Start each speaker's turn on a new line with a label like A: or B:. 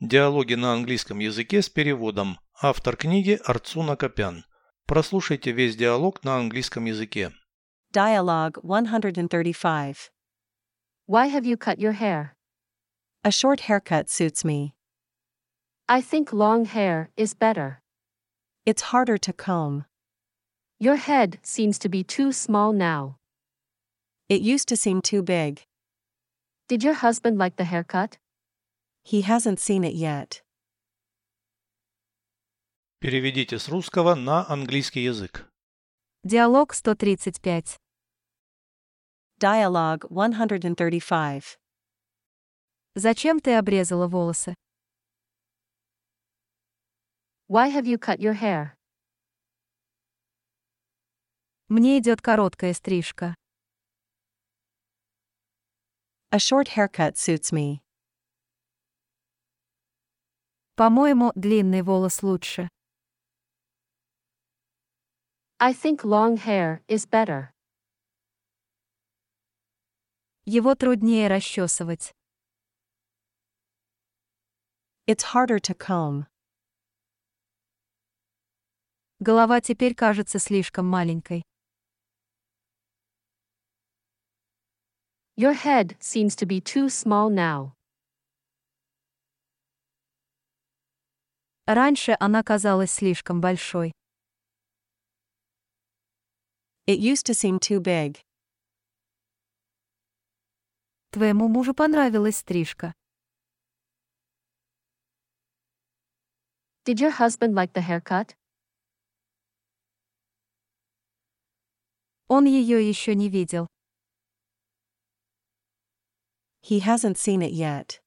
A: Диалоги на английском языке с переводом. Автор книги Арцуна Копян. Прослушайте весь диалог на английском языке.
B: Dialogue 135.
C: Why have you cut your hair?
B: A short haircut suits me.
C: I think long hair is better.
B: It's harder to comb.
C: Your head seems to be too small now.
B: It used to seem too big.
C: Did your husband like the haircut?
B: He hasn't seen it yet.
A: Переведите с русского на английский язык.
D: Диалог 135.
B: Dialogue 135.
D: Зачем ты обрезала волосы?
C: Why have you cut your hair?
D: Мне идет короткая стрижка.
B: A short haircut suits me.
D: По-моему, длинный волос лучше.
C: I think long hair is better.
D: Его труднее расчесывать.
B: It's harder to comb.
D: Голова теперь кажется слишком маленькой.
C: Your head seems to be too small now.
D: Раньше она казалась слишком большой.
B: It used to seem too big.
D: Твоему мужу понравилась стрижка.
C: Did your husband like the haircut?
D: Он ее еще не видел.
B: He hasn't seen it yet.